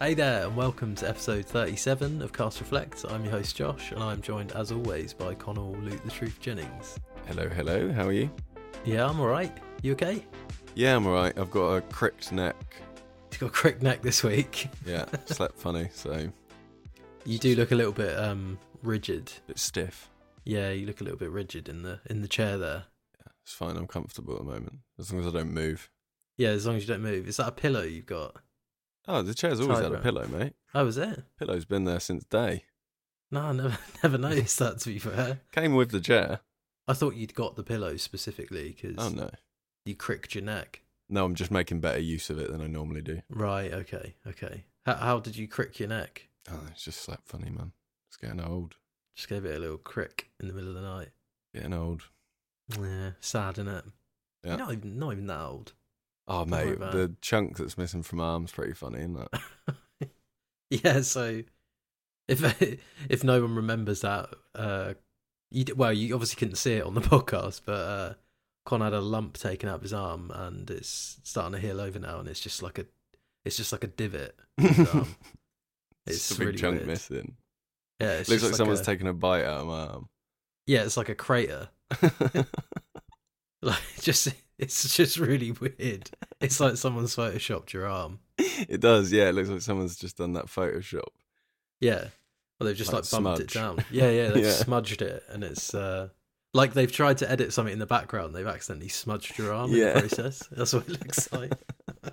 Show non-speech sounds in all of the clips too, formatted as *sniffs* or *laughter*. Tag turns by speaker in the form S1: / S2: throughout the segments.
S1: Hey there, and welcome to episode 37 of Cast Reflect. I'm your host Josh, and I'm joined as always by Connell Luke the Truth Jennings.
S2: Hello, hello. How are you?
S1: Yeah, I'm alright. You okay?
S2: Yeah, I'm alright. I've got a cricked neck.
S1: You got a crick neck this week.
S2: Yeah, *laughs* slept funny, so
S1: You do look a little bit um rigid.
S2: it's stiff.
S1: Yeah, you look a little bit rigid in the in the chair there.
S2: It's fine. I'm comfortable at the moment, as long as I don't move.
S1: Yeah, as long as you don't move. Is that a pillow you've got?
S2: Oh, the chair's always
S1: Tight
S2: had a
S1: round.
S2: pillow, mate.
S1: Oh, is it?
S2: Pillow's been there since day.
S1: No, I never *laughs* never noticed that. To be fair,
S2: Came with the chair.
S1: I thought you'd got the pillow specifically because
S2: Oh no.
S1: you cricked your neck.
S2: No, I'm just making better use of it than I normally do.
S1: Right. Okay. Okay. How, how did you crick your neck?
S2: Oh, it's just slept funny, man. It's getting old.
S1: Just gave it a little crick in the middle of the night.
S2: Getting old.
S1: Yeah, sad, isn't it?
S2: Yeah.
S1: Not even not even that old. *laughs*
S2: Oh,
S1: worry
S2: mate,
S1: about
S2: the chunk that's missing from arm's pretty funny, isn't it?
S1: yeah. So if *laughs* if no one remembers that, uh, you d- well, you obviously couldn't see it on the *laughs* podcast, but uh, Con had a lump taken out of his arm, and it's starting to heal over now, and it's just like a it's just like a
S2: *laughs*
S1: divot. No, It's,
S2: it's a big
S1: really
S2: chunk
S1: weird.
S2: missing.
S1: Yeah, it's
S2: Looks
S1: just
S2: like, someone's
S1: a,
S2: taken a bite out of my
S1: yeah, it's like a crater. *laughs*
S2: *laughs* arm.
S1: Like just *laughs* it's just really weird. It's like someone's photoshopped your arm.
S2: *laughs* It does, yeah. It looks like someone's just done that Photoshop.
S1: Yeah. Well, they've just like,
S2: Like
S1: bumped it
S2: smudge.
S1: down. Yeah, yeah, they've
S2: *laughs* Yeah.
S1: smudged it, and it's uh, like they've tried to edit something in the background. They've accidentally smudged your arm in
S2: Yeah. *laughs*
S1: the process. That's what it looks like. *laughs*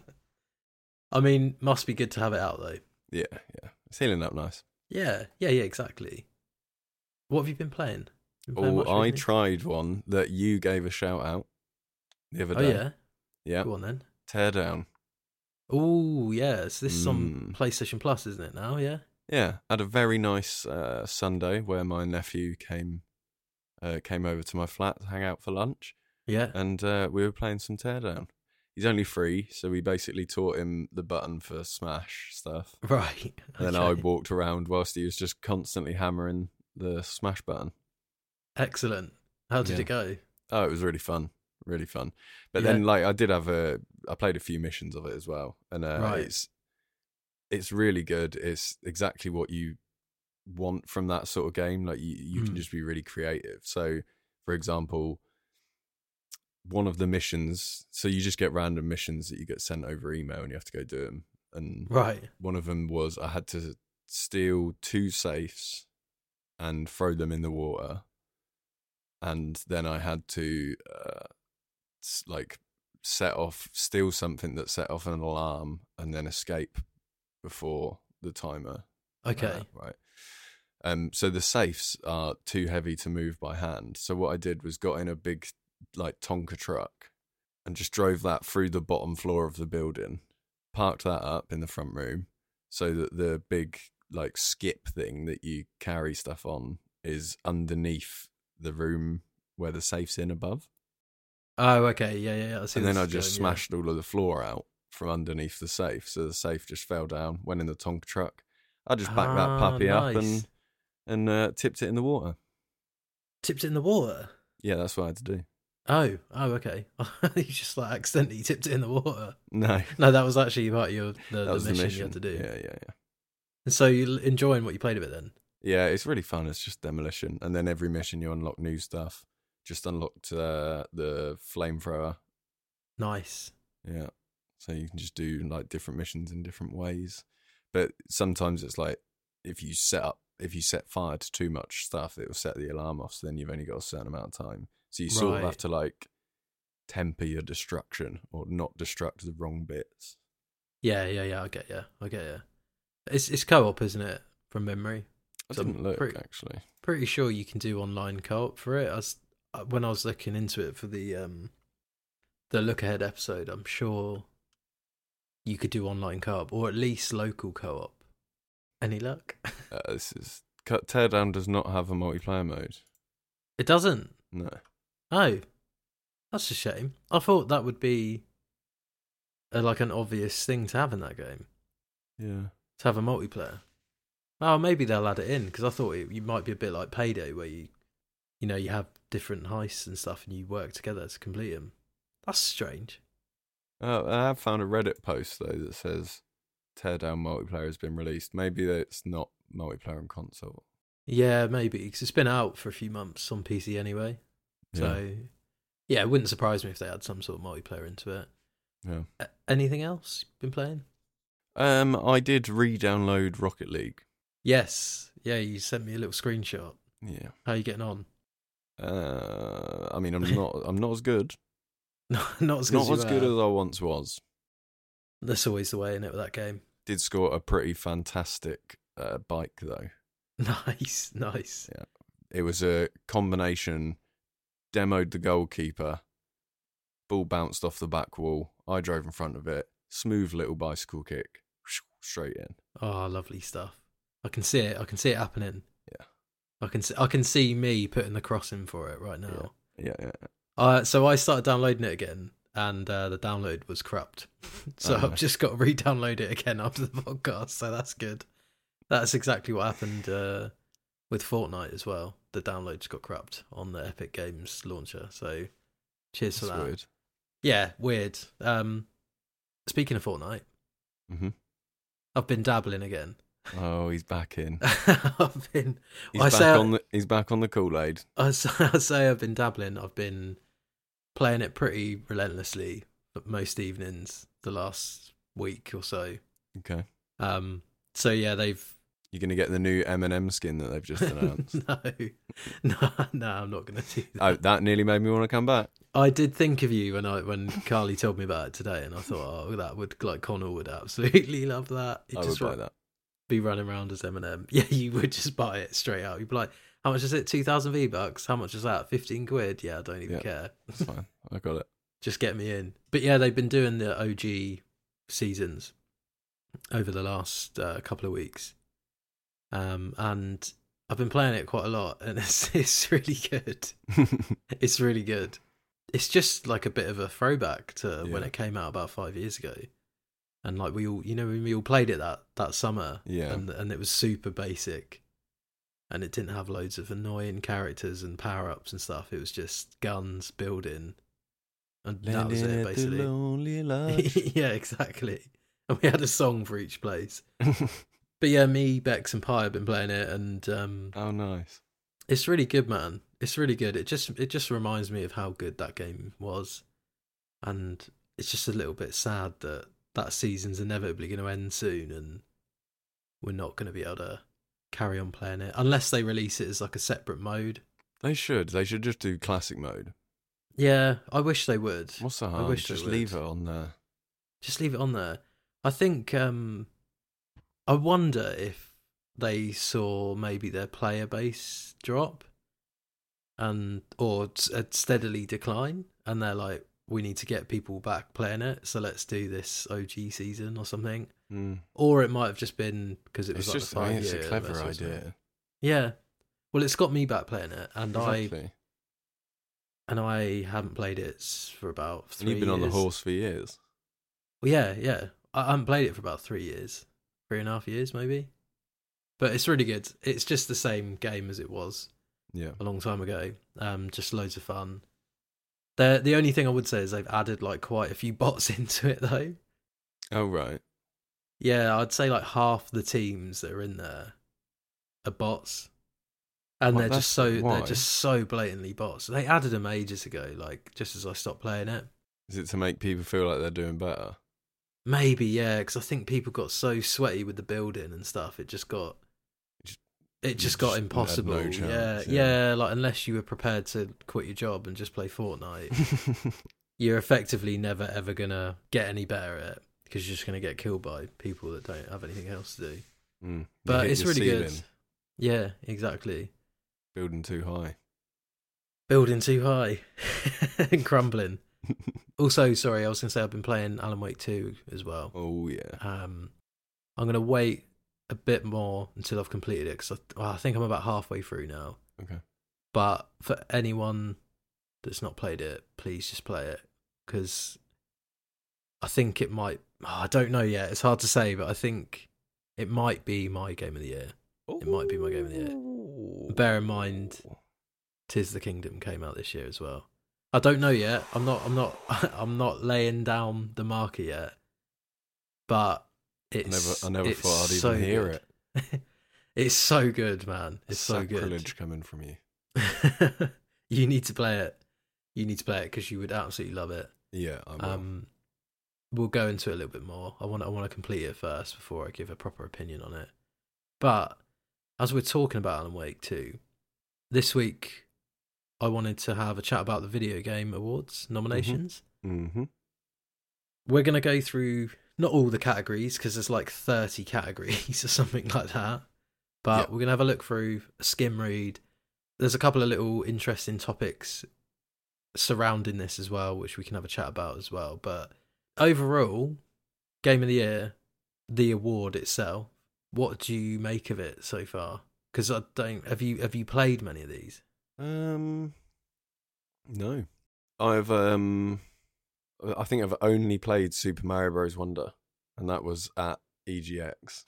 S1: I mean, must be good to have it out though.
S2: Yeah, yeah. It's healing up nice.
S1: Yeah, yeah, yeah, exactly. What have you been playing? Been playing
S2: Oh,
S1: much
S2: I
S1: recently?
S2: tried one that you gave a shout out the other
S1: Oh
S2: day.
S1: yeah,
S2: yeah.
S1: go on then.
S2: Tear down.
S1: Oh yeah, so this is on
S2: Mm.
S1: PlayStation Plus, isn't it now? Yeah.
S2: Yeah, had a very nice uh, Sunday where my nephew came uh, came over to my flat to hang out for lunch,
S1: Yeah.
S2: and uh, we were playing some Teardown. He's only three, so we basically taught him the button for Smash stuff.
S1: *laughs* Right.
S2: And Uh, then I
S1: okay.
S2: walked around whilst he was just constantly hammering the Smash button.
S1: Excellent. How did
S2: Yeah.
S1: it go?
S2: Oh, it was really fun, really fun. But then, like, I did have a, I played a few missions of it as well, and uh,
S1: Right.
S2: it's, it's really good. It's exactly what you want from that sort of game. Like, you you
S1: Mm.
S2: can just be really creative. So, for example, one of the missions, so you just get random missions that you get sent over email, and you have to go do them. And
S1: Right.
S2: one of them was I had to steal two safes and throw them in the water, and then I had to uh, s- like set off steal something that set off an alarm and then escape before the timer.
S1: Okay.
S2: ran out, right. Um. So the safes are too heavy to move by hand. So what I did was got in a big like Tonka truck and just drove that through the bottom floor of the building, parked that up in the front room so that the big like skip thing that you carry stuff on is underneath the room where the safe's in above.
S1: Oh, okay. Yeah, yeah, yeah. I see
S2: and
S1: where
S2: then I
S1: this is
S2: just
S1: going, yeah.
S2: smashed all of the floor out from underneath the safe. So the safe just fell down, went in the Tonka truck. I just backed
S1: Ah,
S2: that puppy up
S1: nice.
S2: and and uh, tipped it in the water.
S1: tipped it in the water.
S2: Yeah, that's what I had to do.
S1: Oh, oh, okay. *laughs* you just like accidentally tipped it in the water.
S2: No,
S1: No, that was actually part of your the,
S2: that
S1: the,
S2: was
S1: mission,
S2: the
S1: you
S2: mission.
S1: had to do.
S2: Yeah, yeah, yeah.
S1: And so you are enjoying what you played of it then?
S2: Yeah, it's really fun. It's just demolition, and then every mission you unlock new stuff. Just unlocked uh, the flamethrower.
S1: Nice.
S2: Yeah, so you can just do like different missions in different ways. But sometimes it's like if you set up, if you set fire to too much stuff, it will set the alarm off. So then you've only got a certain amount of time. So you sort of
S1: Right.
S2: have to like temper your destruction or not destruct the wrong bits.
S1: Yeah, yeah, yeah. I get yeah. I get yeah. It's it's co-op, isn't it? From memory,
S2: I
S1: Some
S2: didn't look
S1: pretty-
S2: actually.
S1: pretty sure you can do online co-op for it. I was, uh, when I was looking into it for the um the look ahead episode, I'm sure you could do online co-op or at least local co-op. Any luck? *laughs*
S2: Uh, this is Cut- Teardown does not have a multiplayer mode.
S1: It doesn't.
S2: No.
S1: Oh, that's a shame. I thought that would be uh like an obvious thing to have in that game
S2: Yeah.
S1: to have a multiplayer. Oh, maybe they'll add it in because I thought it, you might be a bit like Payday, where you, you know, you have different heists and stuff, and you work together to complete them. That's strange.
S2: Uh, Oh, I have found a Reddit post though that says Teardown multiplayer has been released. Maybe it's not multiplayer on console.
S1: Yeah, maybe because it's been out for a few months on PC anyway. So yeah, it wouldn't surprise me if they had some sort of multiplayer into it.
S2: Yeah.
S1: A- anything else you've been playing?
S2: Um, I did re-download Rocket League.
S1: Yes. Yeah, you sent me a little screenshot.
S2: Yeah.
S1: How are you getting on? *laughs*
S2: Uh, I mean, I'm not. I'm not as good.
S1: Not, not as good
S2: Not
S1: as,
S2: as
S1: you
S2: good
S1: were.
S2: as I once was.
S1: That's always the way in it with that game. *laughs*
S2: Did score a pretty fantastic uh, bike though.
S1: Nice, nice.
S2: It was a combination. Demoed the goalkeeper. Ball bounced off the back wall. I drove in front of it. Smooth little bicycle kick. *sniffs* Straight in.
S1: Oh, lovely stuff. I can see it. I can see it happening.
S2: Yeah.
S1: I can see, I can see me putting the cross in for it right now.
S2: Yeah, yeah.
S1: Uh, so I started downloading it again, and uh, the download was corrupt. *laughs* so
S2: Oh, no.
S1: I've just got to re-download it again after the *laughs* podcast. So that's good. That's exactly what happened uh, with Fortnite as well. The downloads got corrupt on the Epic Games launcher. So cheers
S2: That's
S1: for that.
S2: weird.
S1: Yeah, weird. Um, speaking of Fortnite,
S2: Mhm.
S1: I've been dabbling again.
S2: Oh, he's
S1: *laughs*
S2: back in.
S1: I've been
S2: He's
S1: I
S2: back
S1: say I-
S2: on the. He's back on the Kool Aid.
S1: I say, *laughs* I say I've been dabbling. I've been playing it pretty relentlessly but most evenings the last week or so.
S2: Okay.
S1: Um, so yeah, they've
S2: You're gonna get the new M&M skin that they've
S1: *laughs*
S2: just announced.
S1: no, no, no, I'm not going to do that.
S2: oh, that nearly made me want to come back.
S1: I did think of you when I when Carly told me about it today, and I thought, oh, that would like Connor would absolutely *laughs* love that. He'd
S2: I would
S1: just
S2: buy
S1: ru-
S2: that.
S1: be running around as Eminem. *laughs* Yeah, you would just buy it straight out. You'd be like, how much is it? Two thousand V bucks. How much is that? Fifteen quid. Yeah, I don't even
S2: Yeah.
S1: care. *laughs*
S2: It's fine. I got it.
S1: just get me in. But yeah, they've been doing the OG seasons over the last uh, couple of weeks, um, and I've been playing it quite a lot, and *laughs* it's it's really good. It's really good. It's just like a bit of a throwback to when
S2: Yeah.
S1: it came out about five years ago, and like we all, you know, when we all played it that that summer,
S2: yeah.
S1: and and it was super basic, and it didn't have loads of annoying characters and power ups and stuff. It was just guns, building, and that was it
S2: Landing at the
S1: basically. *laughs*
S2: lonely lodge. *laughs*
S1: yeah, exactly. And we had a song for each place. But yeah, me, Bex, and Pi have been playing it, and um,
S2: oh, nice.
S1: it's really good, man. It's really good. It just it just reminds me of how good that game was, and it's just a little bit sad that that season's inevitably going to end soon, and we're not going to be able to carry on playing it unless they release it as like a separate mode.
S2: They should. They should just do classic mode.
S1: Yeah, I wish they would.
S2: What's the harm?
S1: wish they
S2: just
S1: would.
S2: leave it on there.
S1: Just leave it on there. I think um I wonder if they saw maybe their player base drop and or s- uh, steadily decline and they're like we need to get people back playing it so let's do this OG season or something
S2: Mm.
S1: or it might have just been because it was
S2: It's
S1: like the
S2: just. I mean,
S1: five
S2: it's a
S1: year
S2: clever
S1: versus-
S2: idea.
S1: yeah well it's got me back playing it and I
S2: Exactly.
S1: and I haven't played it s- for about 3
S2: And you've been on the
S1: years.
S2: horse for years.
S1: Well, yeah, yeah. I I haven't played it for about three years, three and a half years maybe. But it's really good. It's just the same game as it was
S2: Yeah.
S1: a long time ago. Um, just loads of fun. The the only thing I would say is they've added like quite a few *laughs* bots into it though.
S2: Oh right.
S1: Yeah, I'd say like half the teams that are in there are bots, and
S2: Well,
S1: they're
S2: that's-
S1: just so
S2: why?
S1: they're just so blatantly bots. They added them ages ago, like just as I stopped playing it.
S2: Is it to make people feel like they're doing *laughs* better?
S1: Maybe, yeah, because I think people got so sweaty with the building and stuff, it just got it just got
S2: just had no
S1: impossible.
S2: chance,
S1: yeah,
S2: yeah.
S1: yeah, like unless you were prepared to quit your job and just play Fortnite,
S2: *laughs*
S1: you're effectively never ever gonna get any better at it because you're just gonna get killed by people that don't have anything else to do.
S2: Mm. You
S1: Hmm. But
S2: hit
S1: it's
S2: your
S1: really good.
S2: ceiling,
S1: Yeah, exactly.
S2: Building too high.
S1: Building too high *laughs* and
S2: *laughs*
S1: crumbling. Also, sorry, I was gonna say I've been playing Alan Wake two as well.
S2: oh yeah.
S1: Um, I'm gonna wait a bit more until I've completed it because I, well, I think I'm about halfway through now.
S2: Okay.
S1: But for anyone that's not played it, please just play it because I think it might. oh, I don't know yet. It's hard to say, but I think it might be my game of the year. It might be my game of the year.
S2: year.
S1: Bear in mind- Tis the Kingdom came out this year as well. I don't know yet. *laughs* I'm not. I'm not. I'm not laying down the marker yet. But It's,
S2: I never, I never
S1: it's
S2: thought I'd even
S1: so
S2: hear
S1: good.
S2: it.
S1: it. *laughs* it's so good, man. It's so
S2: Sacrilege
S1: good.
S2: coming from you.
S1: *laughs* you need to play it. You need to play it because you would absolutely love it.
S2: Yeah, I will.
S1: Um, we'll go into it a little bit more. I want I want to complete it first before I give a proper opinion on it. But as we're talking about Alan Wake too, this week I wanted to have a chat about the video game awards
S2: Mm-hmm.
S1: nominations.
S2: hmm
S1: We're gonna go through not all the categories because there's like 30 categories *laughs* or something like that. But
S2: Yeah.
S1: we're gonna have a look through, a skim read. There's a couple of little interesting topics surrounding this as well, which we can have a chat about as well. But overall, game of the year, the award itself. What do you make of it so far? Because I don't have you have you played many of these?
S2: Um, no, I've um, I think I've only played Super Mario Bros. Wonder, and that was at EGX.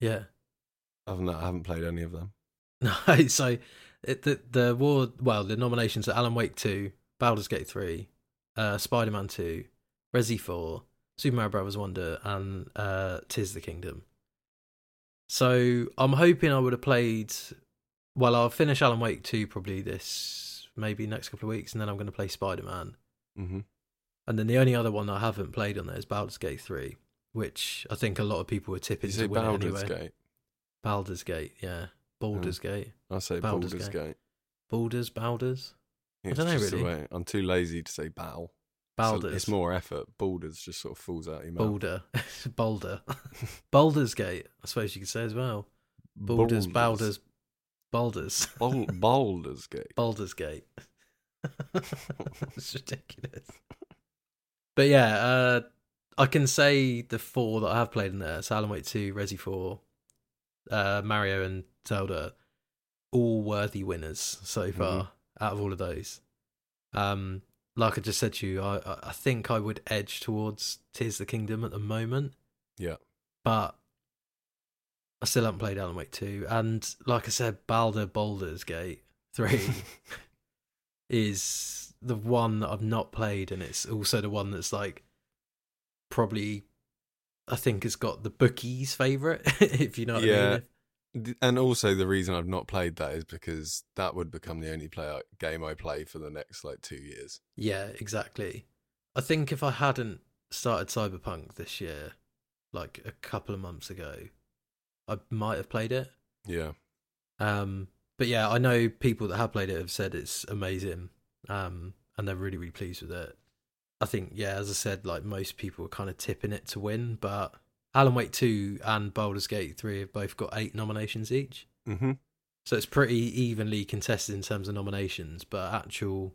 S1: Yeah.
S2: Other than that, I haven't played any of them.
S1: No, *laughs* so it, the the award, well, the nominations are Alan Wake two, Baldur's Gate three, uh, Spider Man two, Resi four, Super Mario Brothers Wonder, and uh, Tis the Kingdom. So I'm hoping I would have played. Well, I'll finish Alan Wake two probably this maybe next couple of weeks, and then I'm going to play Spider Man.
S2: hmm
S1: And then the only other one I haven't played on there is Baldur's Gate three, which I think a lot of people were
S2: Did
S1: tipping
S2: you
S1: to
S2: say
S1: win it
S2: Baldur's
S1: anyway.
S2: Gate? Hmm.
S1: Baldur's Gate, yeah, Baldur's Gate,
S2: I say
S1: Baldur's
S2: Baldur's,
S1: Gate.
S2: Gate.
S1: Baldur's, Baldur's.
S2: It's
S1: dunno,
S2: just the
S1: really.
S2: way- I'm too lazy to say Bal. So
S1: Baldur's.
S2: it's more effort. Baldur's just sort of falls out of your
S1: *laughs*
S2: mouth.
S1: Boulder. Boulder. Boulder's Gate, I suppose you could say as well. Boulders, Boulders, Boulders.
S2: Bal-
S1: *laughs*
S2: Baldur's Gate.
S1: Baldur's *laughs* Gate. *laughs* it's ridiculous. But yeah, uh, I can say the four that I have played in there so Alan Wake 2, Resi 4, uh, Mario, and Zelda all worthy winners so far out of all of those. Um, like I just said to you, I, I- I think I would edge towards Tears of the Kingdom at the moment.
S2: Yeah.
S1: But I still haven't played Alan Wake 2. And like I said, Balder Baldur's Gate 3 is the one that I've not played, and it's also the one that's like probably I think it's got the bookies' favorite, *laughs* if you know what I
S2: Yeah.
S1: mean.
S2: Th- and also the reason I've not played that is because that would become the only play uh, game I play for the next like two years.
S1: Yeah, exactly. I think if I hadn't started Cyberpunk this year, like a couple of months ago, I might have played it.
S2: Yeah,
S1: Um, but yeah, I know people that have played it have said it's amazing, um, and they're really really pleased with it. I think yeah, as I said, like most people are kind of tipping it to win, but Alan Wake two and Baldur's Gate three have both got eight nominations each,
S2: mm-hmm.
S1: so it's pretty evenly contested in terms of nominations. But actual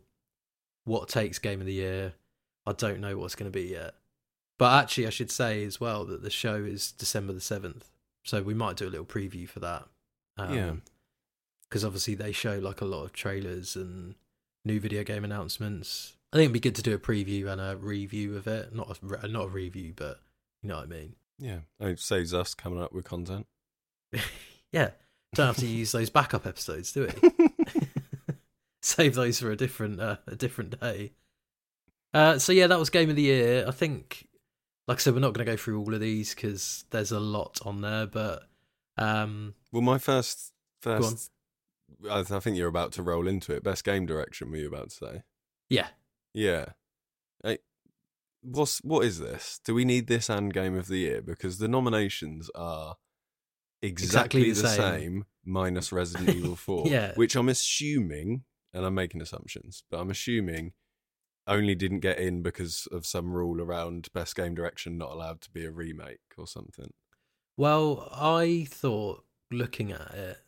S1: what takes game of the year, I don't know what's going to be yet. But actually, I should say as well that the show is December the seventh, so we might do a little preview for that.
S2: Yeah.
S1: because obviously they show like a lot of trailers and new video game announcements. I think it'd be good to do a preview and a review of it. Not a re- not a review, but you know what I mean.
S2: yeah. And It saves us coming up with content.
S1: Yeah, don't have to use those backup episodes, do we? *laughs* save those for a different uh, a different day. Uh, so yeah, that was game of the year. I think, like I said, we're not going to go through all of these because there's a lot on there. But um,
S2: well, my first
S1: go on.
S2: first. I, th- I think you're about to roll into it. Best game direction were you about to say?
S1: Yeah.
S2: Yeah. I, what's what is this? Do we need this and game of the year? Because the nominations are exactly,
S1: Exactly the
S2: the,
S1: same.
S2: same.
S1: *laughs*
S2: minus Resident Evil Four.
S1: Yeah.
S2: Which I'm assuming, and I'm making assumptions, but I'm assuming only didn't get in because of some rule around best game direction not allowed to be a remake or something.
S1: Well, I thought looking at it,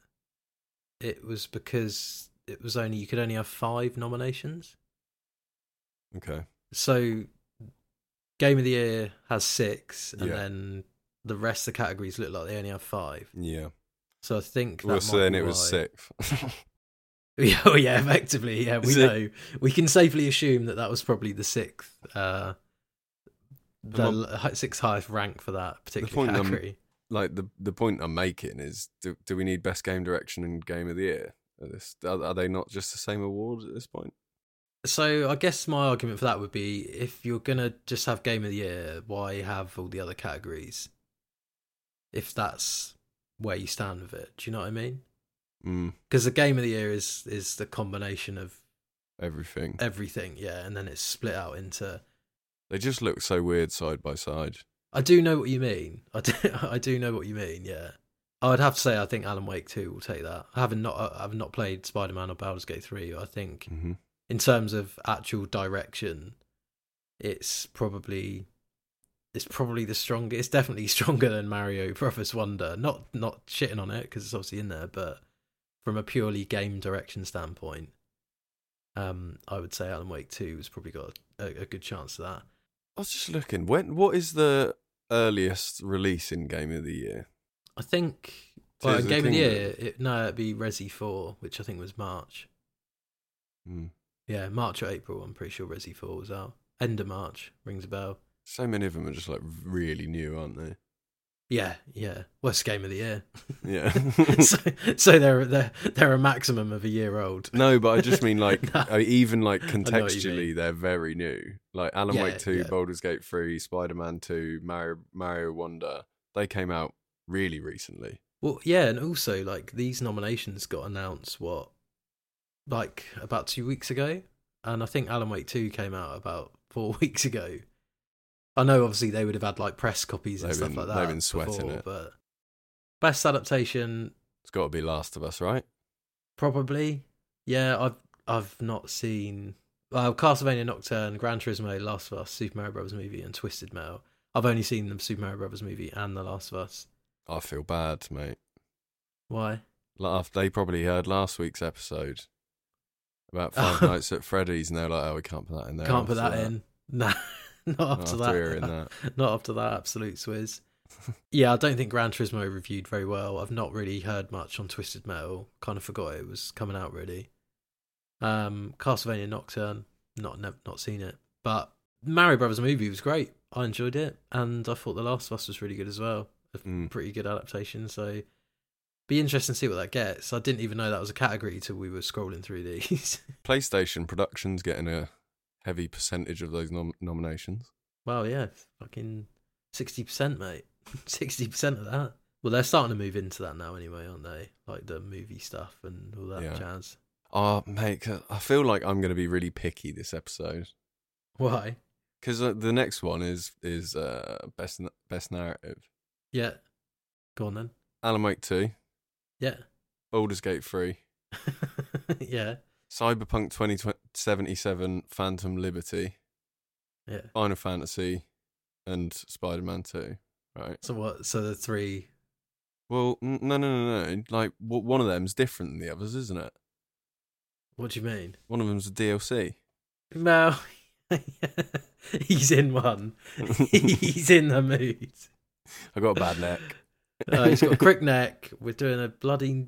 S1: it was because it was only you could only have five nominations.
S2: Okay.
S1: So, game of the year has six, and
S2: Yeah.
S1: then the rest of the categories look like they only have five.
S2: Yeah.
S1: So I think that
S2: Well,
S1: might
S2: so then
S1: be
S2: it was
S1: why.
S2: sixth.
S1: *laughs* Yeah, oh yeah, effectively, yeah, we
S2: Is it-
S1: know. We can safely assume that that was probably the sixth, uh, the
S2: Am
S1: l- hi- sixth highest rank for that particular
S2: point I'm-
S1: category.
S2: *laughs* like the the point I'm making is do, do we need best game direction and game of the year? Are, this, are, are they not just the same awards at this point?
S1: So I guess my argument for that would be if you're gonna just have game of the year, why have all the other categories? if that's where you stand with it. Do you know what I mean?
S2: Mm,
S1: Because the game of the year is is the combination of Eh.
S2: everything.
S1: everything, yeah, and then it's split out into.
S2: They just look so weird side by side.
S1: I do know what you mean. *laughs* I do, I do know what you mean. Yeah, I would have to say I think Alan Wake Two will take that. I haven't not I've not played Spider Man or Baldur's Gate Three. I think
S2: hmm
S1: in terms of actual direction, it's probably it's probably the strongest. It's definitely *laughs* stronger than Mario Brothers Wonder. Not not shitting on it because it's obviously in there, but from a purely game direction standpoint, um, I would say Alan Wake Two has probably got a, a good chance of that.
S2: I was just looking. When? What is the earliest release in Game of the Year?
S1: I think.
S2: So
S1: Well,
S2: is
S1: in
S2: the
S1: Game of the
S2: thing
S1: Year, it, no, it'd be Resi Four, which I think was March.
S2: Mm.
S1: Yeah, March or April. I'm pretty sure Resi Four was out. End of March rings a bell.
S2: So many of them are just like really new, aren't they? *laughs*
S1: Yeah, yeah. Worst game of the year. *laughs*
S2: Yeah.
S1: so, so they're they're they're a maximum of a year old.
S2: no, but I just mean
S1: *laughs*
S2: like
S1: No.
S2: uh, even like
S1: know what you
S2: contextually,
S1: mean.
S2: they're very new. Like Alan
S1: Yeah,
S2: Wake Two,
S1: yeah.
S2: Baldur's Gate Three, Spider Man Two, Mario Mario Wonder. They came out really recently.
S1: Well, yeah, and also like these nominations got announced what, like about two weeks ago, and I think Alan Wake Two came out about four *laughs* weeks ago. I know, obviously, they would have had like press copies and
S2: They've
S1: stuff
S2: been-
S1: like that.
S2: they've been sweating
S1: before,
S2: it.
S1: but best adaptation
S2: It's got to be Last of Us, right?
S1: Probably. Yeah, I've I've not seen well, Castlevania Nocturne, Gran Turismo, Last of Us, Super Mario Brothers movie, and Twisted Metal. I've only seen the Super Mario Brothers movie and The Last of Us.
S2: I feel bad, mate.
S1: Why?
S2: Laugh. They probably heard last week's episode
S1: *laughs*
S2: about Five Nights at Freddy's, and they're like, "Oh, we can't put that in there.
S1: Can't put
S2: after
S1: that, in. *laughs* Nah, not after
S2: After
S1: that.
S2: hearing that,
S1: *laughs* Not after that absolute swizz. yeah, I don't think Gran Turismo reviewed very well. I've not really heard much on Twisted Metal. Kind of forgot it was coming out really. Um, Castlevania Nocturne, not nev- not seen it, but Mario Brothers movie was great. I enjoyed it, and I thought The Last of Us was really good as well. A
S2: Mm.
S1: pretty good adaptation. So, be interesting to see what that gets. I didn't even know that was a category till we were scrolling through these. *laughs*
S2: PlayStation Productions getting a heavy percentage of those nom- nominations.
S1: Wow, yeah, fucking sixty percent, mate. *laughs* Sixty percent of that. Well, they're starting to move into that now, anyway, aren't they? Like the movie stuff and all that
S2: Yeah.
S1: jazz.
S2: Oh, mate, 'cause I feel like I'm going to be really picky this episode
S1: Why?
S2: because uh, the next one is is uh, best na- best narrative.
S1: Yeah. Go on then.
S2: Alan Wake Two,
S1: Yeah. *laughs*
S2: Baldur's Gate Three,
S1: yeah.
S2: Cyberpunk 2077, Phantom Liberty,
S1: Yeah.
S2: Final Fantasy, and Spider Man Two. Right.
S1: So what? So the three.
S2: Well, n- no, no, no, no. Like w- one of them's different than the others, isn't it?
S1: What do you mean?
S2: One of them's a DLC.
S1: No. *laughs* He's in one. *laughs* He's in the mood.
S2: *laughs* I got a
S1: *laughs*
S2: bad neck.
S1: Uh,
S2: *laughs*
S1: he's got a crick neck. We're doing a bloody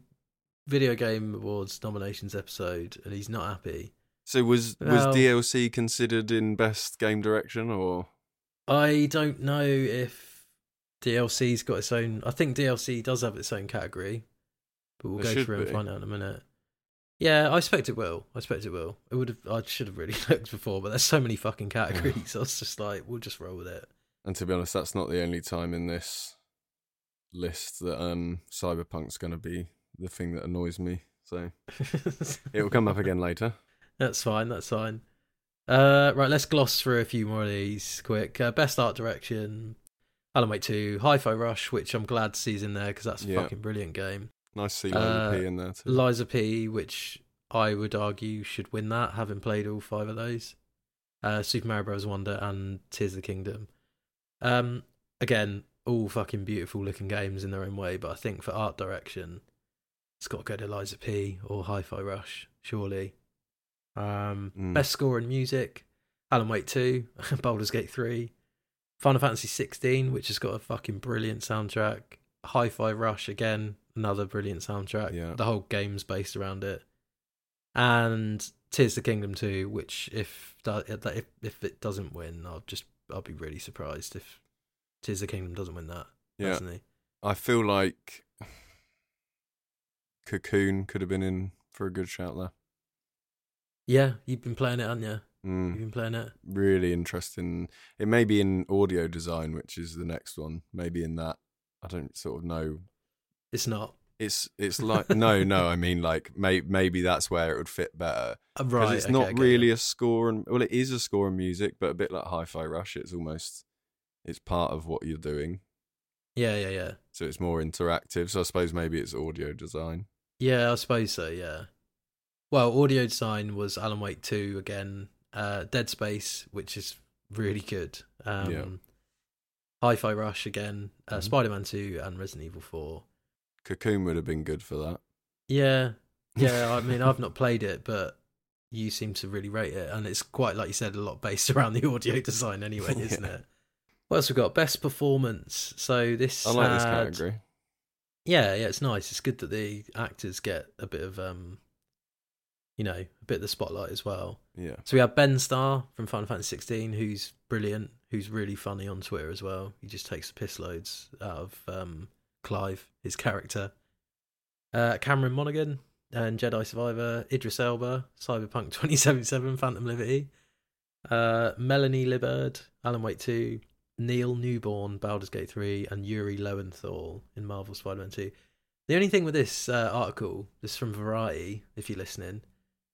S1: video game awards nominations episode, and he's not happy.
S2: So was
S1: Well-
S2: was DLC considered in best game direction or?
S1: I don't know if DLC's got its own. I think DLC does have its own category, but we'll
S2: It
S1: go
S2: should
S1: through and
S2: be.
S1: find out in a minute. Yeah, I expect it will. I expect it will. It would have. I should have really *laughs* looked before, but there's so many fucking
S2: *laughs*
S1: categories. I was just like, we'll just roll with it.
S2: And to be honest, that's not the only time in this list that um Cyberpunk's going to be the thing that annoys me. So *laughs*
S1: *laughs*
S2: it will come up again later.
S1: That's fine. That's fine. Uh, right, let's gloss through a few more of these quick. Uh, best art direction, Alan Wake Two, Hi-Fi Rush, which I'm glad sees in there because that's a
S2: Yeah.
S1: fucking brilliant game.
S2: Nice to see Lola P in there too.
S1: Liza P, which I would argue should win that, having played all five of those. Uh, Super Mario Bros. Wonder and Tears of the Kingdom. Um, again, all fucking beautiful looking games in their own way, but I think for art direction, it's got to go to Liza P or Hi Fi Rush, surely. Um,
S2: Mm.
S1: Best score in music, Alan Wake 2, Baldur's Gate 3, Final Fantasy 16, which has got a fucking brilliant soundtrack. Hi Fi Rush, again, another brilliant soundtrack.
S2: Yeah.
S1: The whole game's based around it. And Tears of the Kingdom 2, which if, do- if if it doesn't win, I'll just I'll be really surprised if Tears of the Kingdom doesn't win that.
S2: Yeah,
S1: Personally.
S2: I feel like Cocoon could have been in for a good shout there.
S1: Yeah, you've been playing it, haven't you?
S2: Mm.
S1: You've been playing it.
S2: really interesting. It may be in audio design, which is the next one. Maybe in that I don't sort of know.
S1: It's not
S2: It's it's like no no. I mean like may, maybe that's where it would fit better
S1: Uh,
S2: because
S1: right.
S2: it's
S1: okay,
S2: not
S1: okay.
S2: really a score and well it is a score and music, but a bit like Hi-Fi Rush. It's almost it's part of what you're doing,
S1: Yeah, yeah, yeah.
S2: so it's more interactive. So I suppose maybe it's audio design.
S1: Yeah, I suppose so. Yeah. Well, audio design was Alan Wake two again. Uh, Dead Space, which is really good. Um,
S2: Yeah.
S1: Hi-Fi Rush again. Uh,
S2: Mhm.
S1: Spider-Man two and Resident Evil four.
S2: Cocoon would have been good for that.
S1: Yeah, yeah.
S2: *laughs*
S1: I mean, I've not played it, but you seem to really rate it, and it's quite like you said, a lot based *laughs* around the audio design, anyway,
S2: Yeah.
S1: isn't it? What else we got? Best performance. So this.
S2: I like this
S1: had-
S2: category.
S1: Yeah, yeah. It's nice. It's good that the actors get a bit of um, you know, a bit of the spotlight as well.
S2: Yeah.
S1: So we have Ben Starr from Final Fantasy 16, who's brilliant, who's really funny on Twitter as well. He just takes the piss loads out of um, Clive, his character. Uh, Cameron Monaghan and Jedi Survivor, Idris Elba, Cyberpunk *laughs* 2077, Phantom Liberty, uh, Melanie Liberd, Alan Wake 2, Neil Newborn, Baldur's Gate 3, and Yuri Lowenthal in Marvel Spider Man 2. The only thing with this uh, article, this is from Variety, if you're listening,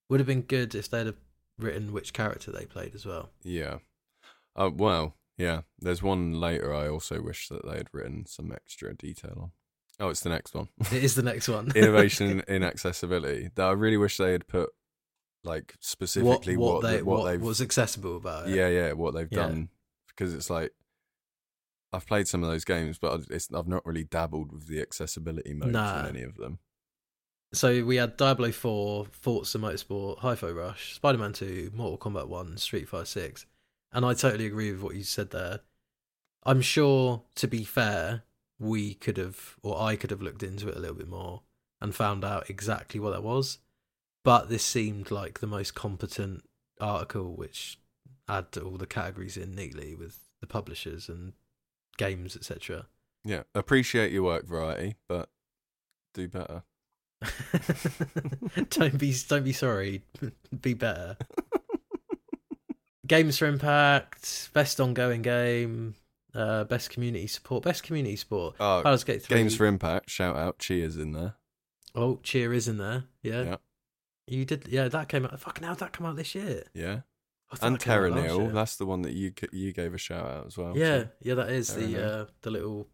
S1: would have been good if they'd have written which character they played as well.
S2: Yeah. Uh, well, yeah. There's one later I also wish that they had written some extra detail on. Oh, it's the
S1: *laughs*
S2: next one.
S1: It is the next
S2: *laughs*
S1: one. *laughs*
S2: Innovation in accessibility. That I really wish they had put like specifically what the- what,
S1: what
S2: they've
S1: was accessible about it.
S2: yeah yeah what they've
S1: Yeah.
S2: done because it's like I've played some of those games but I- it's, I've not really dabbled with the accessibility mode
S1: Nah.
S2: from any of them.
S1: So we had Diablo 4, Forza Motorsport, Hi-Fi Rush, Spider-Man 2, Mortal Kombat 1, Street Fighter 6. And I totally agree with what you said there. I'm sure to be fair, we could have or I could have looked into it a little bit more and found out exactly what that was. But this seemed like the most competent article which had all the categories in neatly with the publishers and games, etc.
S2: Yeah, appreciate your work variety, but do better.
S1: *laughs* don't be don't be sorry. *laughs* be
S2: *laughs*
S1: better. Games for Impact, best ongoing game, uh, best community support, best community support.
S2: Oh,
S1: Baldur's Gate 3.
S2: Games for Impact, shout out, cheers in there.
S1: Oh, cheer is in there. Yeah.
S2: Yeah.
S1: You did yeah, that came out fucking how did that come out this year?
S2: Yeah.
S1: I thought
S2: and
S1: that came out
S2: Terra
S1: last
S2: Neil,
S1: year.
S2: that's the one that you g- you gave a shout out as well. so-
S1: Yeah, yeah, that is
S2: Terra
S1: the
S2: Nil.
S1: uh, the little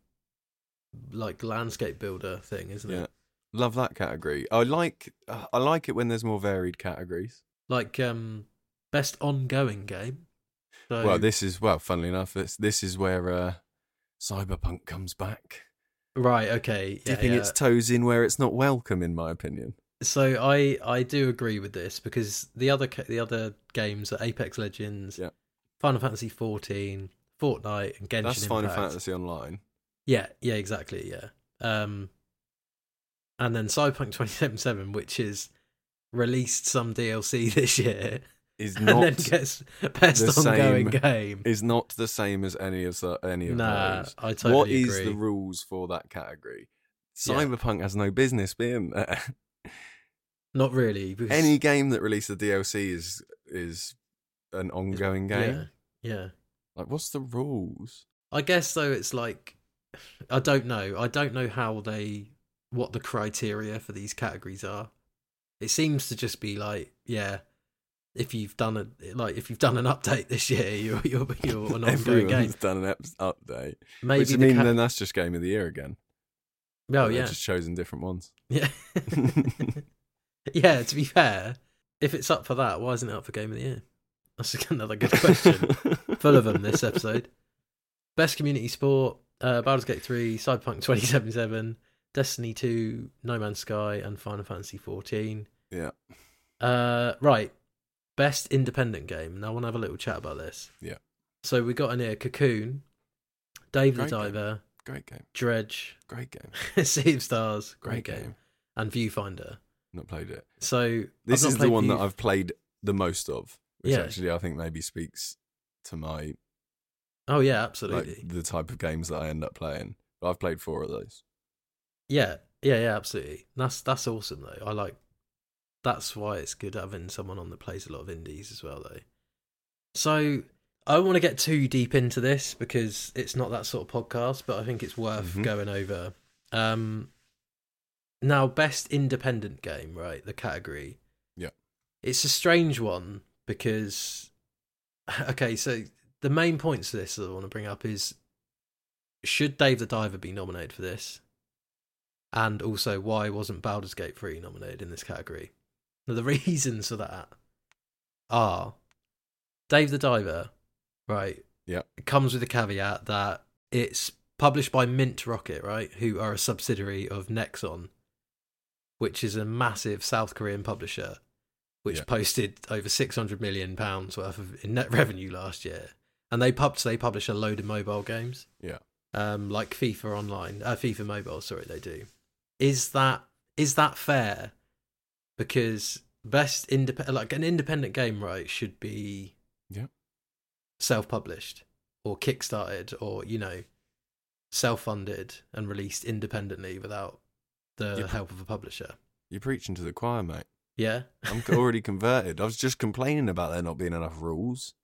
S1: like landscape builder thing, isn't
S2: yeah,
S1: it?
S2: love that category. I like uh, I like it when there's more varied categories.
S1: Like um best ongoing game. So,
S2: Well, this is well, funnily enough, this this is where uh, cyberpunk comes back,
S1: right, okay. yeah,
S2: dipping
S1: yeah.
S2: its toes in where it's not welcome, in my opinion.
S1: So I I do agree with this because the other ca- the other games are Apex Legends,
S2: Yeah.
S1: Final Fantasy 14, Fortnite, and Genshin
S2: that's Final
S1: Impact.
S2: Fantasy Online.
S1: Yeah, yeah, exactly, yeah. Um, and then Cyberpunk *laughs* 2077, which is released some DLC *laughs* this year,
S2: Is
S1: *laughs* and then
S2: not
S1: gets best
S2: the
S1: ongoing
S2: same
S1: game.
S2: is not the same as any of the, any of
S1: Nah,
S2: those.
S1: I totally
S2: what is
S1: agree.
S2: the rules for that category?
S1: Yeah.
S2: Cyberpunk has no business being there.
S1: Not really. Because,
S2: any game that released the DLC is is an ongoing game.
S1: Yeah, yeah.
S2: Like, what's the rules?
S1: I guess though it's like *sighs* I don't know. I don't know how they what the criteria for these categories are. It seems to just be like, yeah, if you've done a like if you've done an update this year, *laughs* you're you're, you're an ongoing game.
S2: Everyone's done an ep- update,
S1: Maybe
S2: which I
S1: the
S2: mean,
S1: ca-
S2: then that's just game of the year again.
S1: oh
S2: They've
S1: yeah,
S2: just chosen different ones.
S1: *laughs*
S2: *laughs*
S1: yeah, yeah. To be fair, if it's up for that, why isn't it up for game of the year? That's *laughs* another good question. full of
S2: *laughs*
S1: them this episode. *laughs* Best community sport: uh, Baldur's Gate 3, Cyberpunk 2077, Destiny 2, No Man's Sky, and Final Fantasy 14.
S2: Yeah.
S1: Uh, right. Best independent game. Now I want to have a little chat about this.
S2: Yeah.
S1: So we got in here Cocoon, Dave the
S2: Great game.
S1: Diver,
S2: Great game,
S1: Dredge, *laughs*
S2: great game,
S1: Sea of Stars,
S2: great game.
S1: and Viewfinder.
S2: Not played it.
S1: So I've
S2: This
S1: not
S2: is the
S1: played
S2: one that
S1: View-
S2: I've played the most of, which
S1: Yeah.
S2: actually I think maybe speaks to my
S1: Oh yeah,
S2: like
S1: absolutely.
S2: the type of games that I end up playing. But I've played four of those.
S1: Yeah, yeah, yeah, absolutely. That's that's awesome though. I like. That's why it's good having someone on that plays a lot of indies as well though. So I don't want to get too deep into this because it's not that sort of podcast, but I think it's worth
S2: Mhm.
S1: going over. Um, now, best independent game, right? The category.
S2: Yeah.
S1: It's a strange one because, *laughs* okay, so the main points to this that I want to bring up is should Dave the Diver be nominated for this? And also, why wasn't Baldur's Gate 3 nominated in this category? Now, the *laughs* reasons for that are Dave the Diver, right?
S2: Yeah.
S1: It comes with a caveat that it's published by Mint Rocket, right? Who are a subsidiary of Nexon, which is a massive South Korean publisher, which
S2: Yeah.
S1: posted over six hundred million pounds worth of in net revenue last year. And they pub they publish a load of mobile games.
S2: Yeah.
S1: Um, like FIFA Online, uh, FIFA Mobile. Sorry, they do. Is that is that fair? Because best independent, like an independent game, right, should be
S2: Yeah.
S1: self-published or kickstarted or you know self-funded and released independently without the
S2: Yep.
S1: help of a publisher.
S2: You're preaching to the choir, mate.
S1: Yeah. *laughs*
S2: I'm already converted. I was just complaining about there not being enough rules.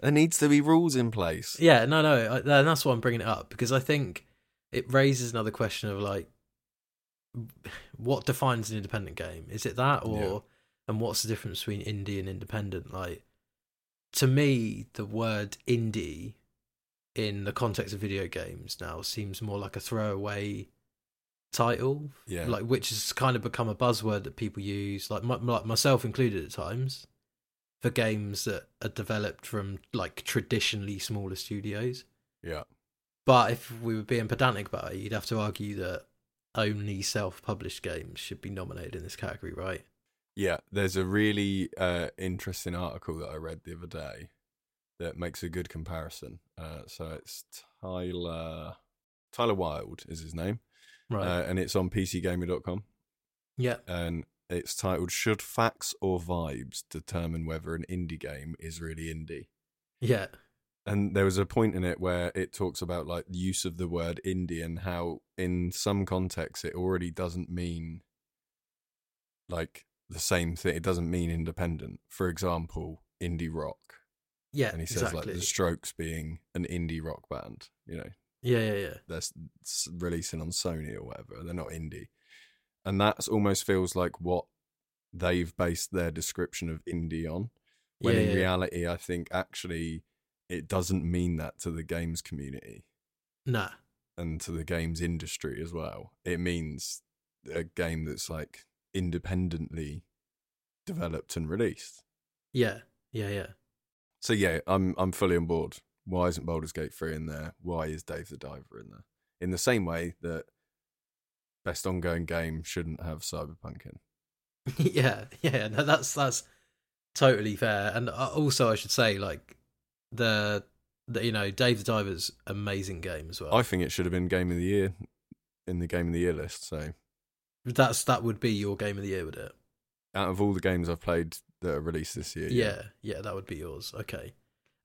S2: There needs to be rules in place.
S1: Yeah, no, no, I- and that's why I'm bringing it up because I think it raises another question of like, what defines an independent game? Is it that, or
S2: Yeah.
S1: and what's the difference between indie and independent? Like, to me, the word indie in the context of video games now seems more like a throwaway title,
S2: Yeah.
S1: like which has kind of become a buzzword that people use, like my, like myself included at times, for games that are developed from like traditionally smaller studios.
S2: yeah.
S1: But if we were being pedantic about it, you'd have to argue that only self-published games should be nominated in this category, right?
S2: Yeah, there's a really uh, interesting article that I read the other day that makes a good comparison. Uh, so it's Tyler Tyler Wild is his name,
S1: Right.
S2: uh, and it's on PCGamer.com,
S1: yeah.
S2: and it's titled "Should Facts or Vibes Determine Whether an Indie Game Is Really Indie?"
S1: Yeah.
S2: and there was a point in it where it talks about like the use of the word indie and how in some contexts it already doesn't mean like the same thing it doesn't mean independent for example indie rock
S1: Yeah.
S2: and he says
S1: exactly.
S2: like the strokes being an indie rock band you know
S1: yeah, yeah, yeah.
S2: they're s- s- releasing on sony or whatever they're not indie and that's almost feels like what they've based their description of indie on when
S1: yeah,
S2: in
S1: yeah,
S2: reality i think actually it doesn't mean that to the games community
S1: Nah.
S2: and to the games industry as well it means a game that's like independently developed and released
S1: Yeah. Yeah, yeah.
S2: so yeah i'm i'm fully on board why isn't Baldur's Gate 3 in there why is Dave the Diver in there in the same way that best ongoing game shouldn't have Cyberpunk in
S1: *laughs* yeah, yeah, no, that's that's totally fair. And uh, also, I should say, like the, the you know Dave the Diver's amazing game as well.
S2: I think it should have been game of the year in the game of the year list so
S1: That's that would be your game of the year, would it?
S2: out of all the games I've played that are released this year
S1: Yeah, yeah, that would be yours. Okay,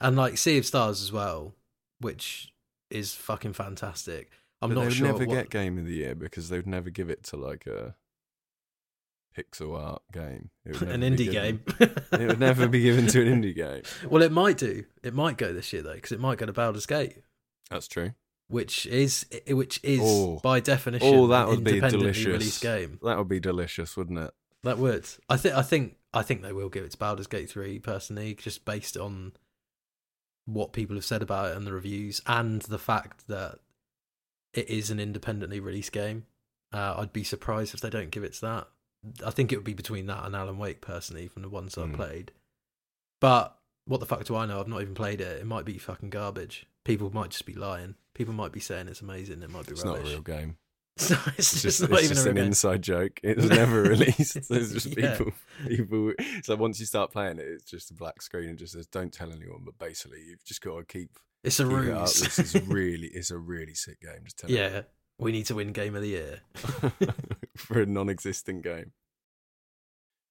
S1: and like Sea of Stars as well, which is fucking fantastic. I'm
S2: But
S1: not
S2: they'd
S1: sure
S2: never
S1: what- *laughs*
S2: get game of the year because they'd never give it to like a pixel art game. It
S1: *laughs*
S2: would
S1: an
S2: never be
S1: indie
S2: given-
S1: game.
S2: it would never be
S1: *laughs*
S2: given to an indie game.
S1: Well, it might do. It might go this year though, because it might go to Baldur's Gate,
S2: That's true.
S1: which is which is
S2: Oh.
S1: by definition
S2: Oh, that
S1: an
S2: would be
S1: independently
S2: delicious.
S1: released game.
S2: That would be delicious, wouldn't it?
S1: That would. I think. I think. I think they will give it to Baldur's Gate three personally, just based on what people have said about it and the reviews, and the fact that it is an independently released game. Uh, I'd be surprised if they don't give it to that. I think it would be between that and Alan Wake personally, from the ones I've
S2: Mm.
S1: played. But what the fuck do I know? I've not even played it. It might be fucking garbage. People might just be lying. People might be saying it's amazing. It might be
S2: It's not a
S1: rubbish.
S2: real game.
S1: *laughs* It's, not, it's,
S2: It's
S1: just,
S2: just,
S1: not
S2: it's
S1: even
S2: just
S1: a real
S2: an
S1: game.
S2: inside joke.
S1: *laughs*
S2: It was never released. There's just
S1: Yeah.
S2: people, people. So once you start playing it, it's just a black screen and just says, "Don't tell anyone." But basically, you've just got to keep,
S1: It's a
S2: keep it up.
S1: ruse.
S2: This
S1: *laughs*
S2: is really, it's a really sick game. Just tell
S1: Yeah, we need to win game of the
S2: *laughs*
S1: year.
S2: for a non-existent game.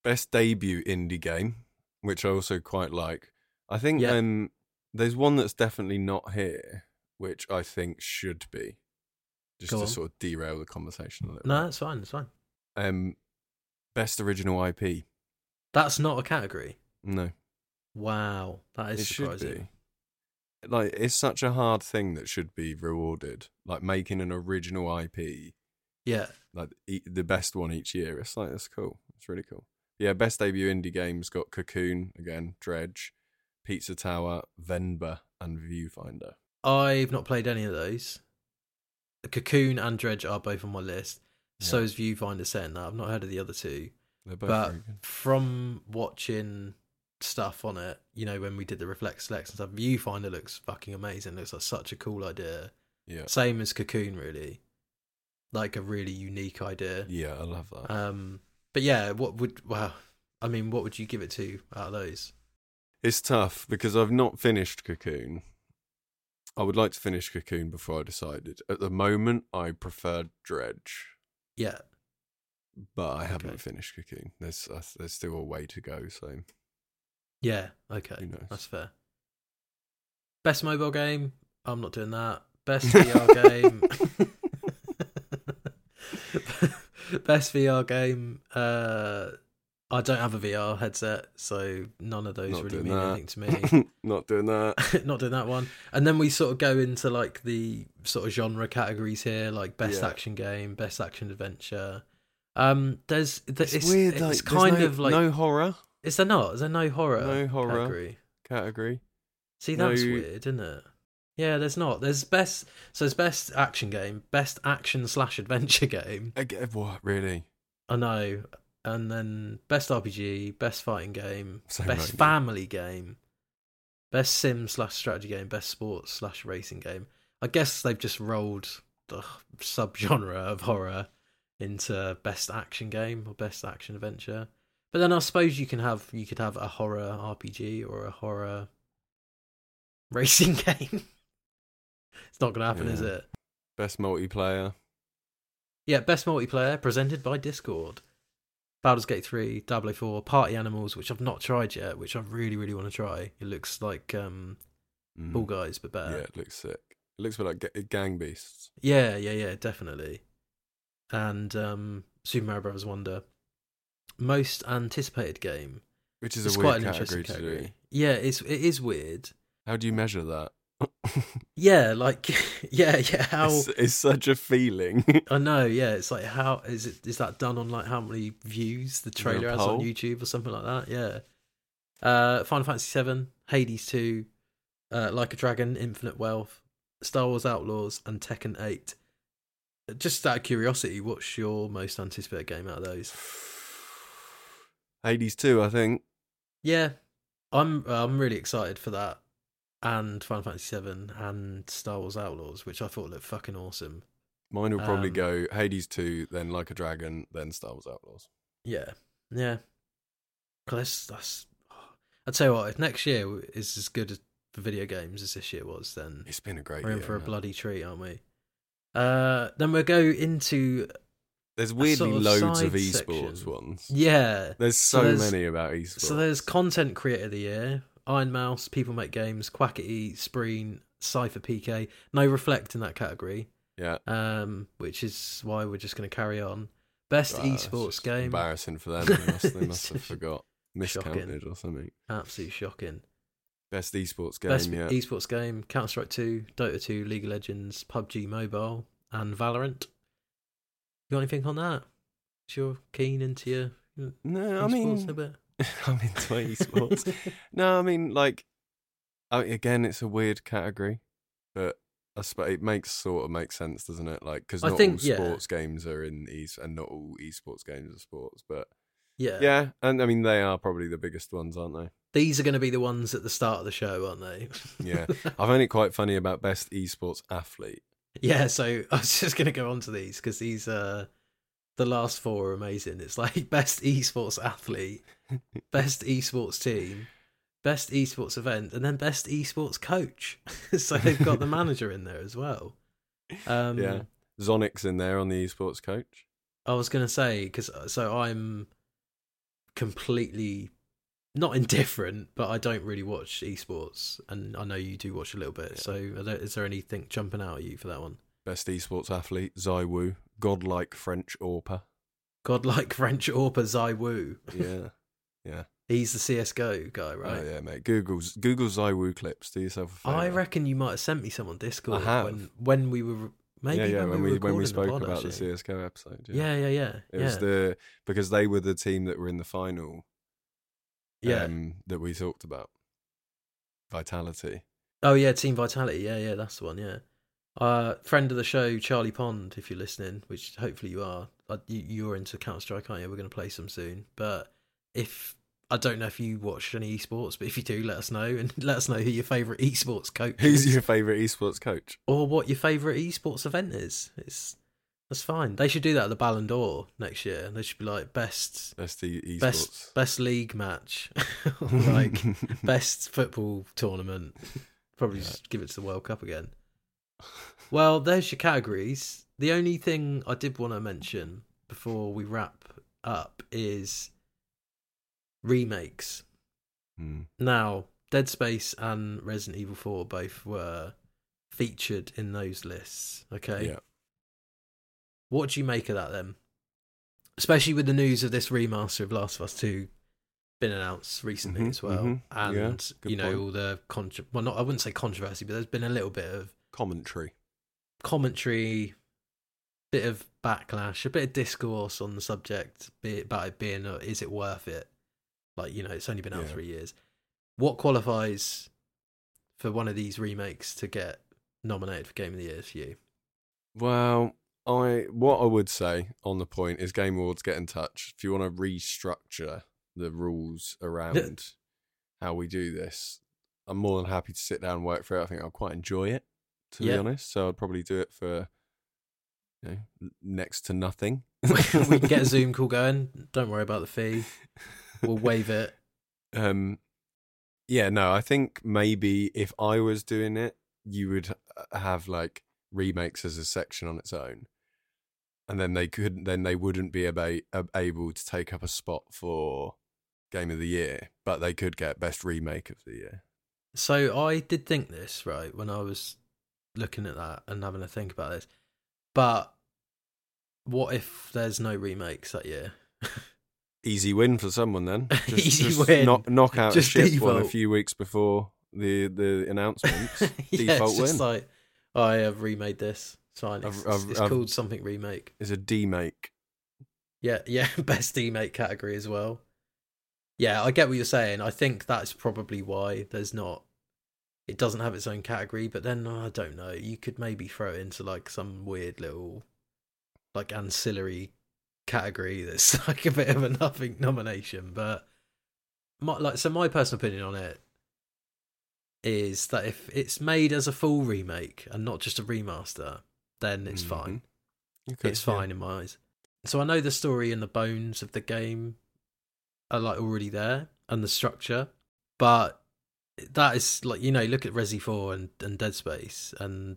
S2: Best debut indie game, which I also quite like. I think
S1: Yeah.
S2: um, there's one that's definitely not here, which I think should be. Just
S1: Go
S2: to
S1: on.
S2: sort of derail the conversation a little.
S1: No, it's fine. It's fine.
S2: bit. Um, best original IP.
S1: That's not a category.
S2: No,
S1: Wow, that is
S2: it should
S1: surprising.
S2: be. Like it's such a hard thing that should be rewarded. Like making an original IP,
S1: Yeah,
S2: like e- the best one each year. It's like that's cool. It's really cool. Yeah, best debut indie games got Cocoon again, Dredge, Pizza Tower, Venba, and Viewfinder.
S1: I've not played any of those. Cocoon and Dredge are both on my list. So
S2: Yeah.
S1: is Viewfinder saying that. I've not heard of the other two.
S2: They're both
S1: But-
S2: very good.
S1: From watching stuff on it, you know, when we did the Reflex Select and stuff, Viewfinder looks fucking amazing. Looks like such a cool idea.
S2: Yeah,
S1: Same as Cocoon, really. Like a really unique idea.
S2: yeah, I love that.
S1: Um, but yeah, what would, wow. I mean, what would you give it to out of those?
S2: It's tough because I've not finished Cocoon. I would like to finish Cocoon before I decided. At the moment, I prefer Dredge,
S1: Yeah.
S2: but I haven't
S1: Okay.
S2: finished Cocoon. There's uh, there's still a way to go, so
S1: Yeah. Okay.
S2: who knows? *laughs*
S1: That's fair. Best mobile game? I'm not doing that.
S2: *laughs*
S1: Best VR game? *laughs* Best VR game? Uh, I don't have a VR headset, so none of those
S2: Not
S1: really
S2: doing
S1: mean
S2: that.
S1: anything to
S2: *laughs*
S1: me.
S2: not doing that.
S1: not doing that one. And then we sort of go into like the sort of genre categories here, like best
S2: Yeah.
S1: action game, best action adventure. Um, there's th-
S2: It's,
S1: *laughs*
S2: weird.
S1: It's
S2: like, there's
S1: kind
S2: no-
S1: of like
S2: no horror
S1: is there not? Is there no horror?
S2: No horror.
S1: category?
S2: category.
S1: See, that's
S2: No-
S1: weird, isn't it? Yeah, there's not. There's best. So there's best action game, best action slash adventure *laughs* game.
S2: Again, what really?
S1: I know. And then best RPG, best fighting game,
S2: So
S1: best
S2: random.
S1: family game, best sim slash strategy game, best sports slash racing game. I guess they've just rolled the *laughs* subgenre of horror into best action game or best action adventure. But then I suppose you can have you could have a horror RPG or a horror *laughs* racing *laughs* game. it's not going to happen, is
S2: Yeah.
S1: it?
S2: Best multiplayer.
S1: Yeah, best multiplayer presented by Discord. Baldur's Gate 3, Diablo 4, Party Animals, which I've not tried yet, which I really, really want to try. It looks like um,
S2: Mm.
S1: Ball Guys, but
S2: yeah,
S1: better.
S2: it looks sick. It looks a bit like Ga- Gang Beasts.
S1: Yeah, yeah, yeah, definitely. And um, Super Mario Bros. Wonder. Most anticipated game.
S2: Which is
S1: It's
S2: a weird
S1: quite an
S2: category,
S1: interesting
S2: to do.
S1: category. Yeah, it's it is weird.
S2: How do you measure that? *laughs*
S1: Yeah, like *laughs* yeah, yeah. How
S2: It's, it's such a feeling.
S1: I know, yeah. It's like how is it is that done on like how many views the
S2: there a
S1: trailer has on
S2: poll?
S1: YouTube or something like that? Yeah. Uh Final Fantasy Seven, Hades Two, uh, Like a Dragon, Infinite Wealth, Star Wars Outlaws, and Tekken Eight. Just out of curiosity, what's your most anticipated game out of those?
S2: Hades 2, I think.
S1: Yeah, I'm I'm really excited for that, and Final Fantasy Seven and Star Wars Outlaws, which I thought looked fucking awesome.
S2: Mine will probably
S1: Um,
S2: go Hades 2, then Like a Dragon, then Star Wars Outlaws.
S1: Yeah, yeah. 'Cause That's that's. *sighs* I tell you what, if next year is as good as for video games as this year was, then
S2: It's been a great
S1: we're in
S2: year,
S1: for a
S2: man.
S1: bloody treat, aren't we? Uh, then we'll go into
S2: There's weirdly
S1: sort of
S2: loads of
S1: side
S2: esports
S1: section.
S2: ones.
S1: yeah.
S2: There's so,
S1: there's-
S2: many about esports.
S1: So there's content creator of the year, Iron Mouse, People Make Games, Quackity, Spreen, Cipher PK. No reflect in that category,
S2: yeah,
S1: um, which is why we're just going to carry on. Best
S2: Wow, Ah, that's
S1: esports
S2: just
S1: game,
S2: Embarrassing for them. They must, they
S1: *laughs*
S2: must have
S1: It's
S2: forgot,
S1: shocking.
S2: miscounted or something.
S1: absolutely shocking.
S2: Best esports game.
S1: Best e
S2: yeah,
S1: esports game: Counter Strike Two, Dota Two, League of Legends, PUBG Mobile, and Valorant. You got anything on that? 'Cause You're keen into your
S2: no, I
S1: esports
S2: mean,
S1: a
S2: *laughs*
S1: bit.
S2: I'm into
S1: *laughs*
S2: esports. No, I mean, like, I again, it's a weird category, but I suppose it makes sort of makes sense, doesn't it? Like, because
S1: I
S2: not
S1: think,
S2: all
S1: yeah.
S2: sports games are in esports, and not all esports games are sports. But
S1: yeah.
S2: yeah. and I mean, they are probably the biggest ones, aren't they?
S1: these are going to be the ones at the start of the show, aren't they? *laughs*
S2: Yeah, I find it quite funny about best esports athlete.
S1: yeah. So *laughs* I was just going to go on to these because these uh the last four are amazing. It's like *laughs* best esports athlete, best esports team, best esports event, and then best esports coach. *laughs* so they've got the manager in there as well. Um,
S2: Yeah. Zonic's in there on the esports coach.
S1: I was gonna say because so I'm completely not indifferent, but I don't really watch esports, and I know you do watch a little bit. So are there, is there anything jumping out at you for that one?
S2: Best esports athlete, Zai Wu, godlike French orpa.
S1: *laughs* Godlike French Orpa Zai Wu.
S2: Yeah, yeah,
S1: He's the CS:GO guy, *laughs* right?
S2: Oh yeah, mate. Google's Google's Iwoo clips. Do yourself a favor.
S1: I reckon you might have sent me some on Discord
S2: I have.
S1: when when we were maybe
S2: yeah, yeah.
S1: when, we,
S2: we,
S1: were
S2: when we
S1: recording
S2: spoke
S1: the pod,
S2: about
S1: actually.
S2: the CS:GO episode, yeah,
S1: Yeah, yeah, yeah.
S2: it
S1: yeah.
S2: was the because they were the team that were in the final.
S1: yeah.
S2: um, that we talked about. Vitality. *laughs*
S1: Oh yeah, Team Vitality. Yeah, yeah, that's the one. Yeah. Uh, friend of the show, Charlie Pond, if you're listening, which hopefully you are. Uh, you, you're into Counter Strike, aren't you? We're going to play some soon. But if I don't know if you watch any esports, but if you do, let us know and *laughs* let us know who your favorite esports coach
S2: Who's
S1: is
S2: your favourite esports coach?
S1: or what your favorite esports event is. It's that's fine. They should do that at the Ballon d'Or next year. They should be like best
S2: That's the esports.
S1: best best league
S2: *laughs*
S1: match, *laughs* like best football tournament. Probably
S2: Yeah.
S1: just give it to the World Cup again. Well, there's your categories. The only thing I did want to mention before we wrap up is remakes.
S2: *laughs* Hmm.
S1: Now, Dead Space and Resident Evil 4 both were featured in those lists. Okay.
S2: Yeah.
S1: What do you make of that then? Especially with the news of this remaster of Last of Us 2 been announced recently
S2: Mhm,
S1: as well.
S2: mhm.
S1: And,
S2: Yeah, good
S1: you know,
S2: point.
S1: all the, contro- well, not, I wouldn't say controversy, but there's been a little bit of
S2: Commentary.
S1: commentary, bit of backlash, a bit of discourse on the subject, be it about it being, uh, is it worth it? Like, you know, it's only been out
S2: Yeah.
S1: three years. What qualifies for one of these remakes to get nominated for Game of the Year for you?
S2: Well, I what I would say on the point is Game Awards get in touch if you want to restructure the rules around how we do this. I'm more than happy to sit down and work through it. I think I'll quite enjoy it, to
S1: Yeah.
S2: be honest. So I'd probably do it for you know, n- next to nothing.
S1: *laughs* we can get a
S2: *laughs*
S1: Zoom call going. Don't worry about the fee. We'll waive it.
S2: Um, yeah, no, I think maybe if I was doing it, you would h- have like remakes as a section on its own, and then they couldn't, then they wouldn't be aba- ab- able to take up a spot for game of the year, but they could get best remake of the year.
S1: So I did think this, right, when I was looking at that and having to think about this. But what if there's no remakes that year?
S2: Easy win for
S1: *laughs*
S2: someone then. Just,
S1: Easy
S2: just
S1: win.
S2: Knock, knock out
S1: Just
S2: a shit one a
S1: default.
S2: few weeks before the the announcements.
S1: *laughs* yeah,
S2: Default
S1: it's just
S2: win.
S1: like "Oh, I have remade this. It's fine. It's,
S2: I've-
S1: it's-
S2: I've-
S1: it's
S2: I've-
S1: called something remake.
S2: It's a demake.
S1: Yeah, yeah, *laughs* best remake category as well. Yeah, I get what you're saying. I think that's probably why there's not. It doesn't have its own category, but then oh, I don't know. You could maybe throw it into like some weird little, like ancillary category that's *laughs* like a bit of a nothing nomination. But my like so my personal opinion on it is that if it's made as a full remake and not just a remaster, then it's
S2: Mhm.
S1: fine
S2: Okay,
S1: it's
S2: yeah.
S1: fine in my eyes. So I know the story and the bones of the game are like already there and the structure, but that is like you know look at Resi Four and, and Dead Space and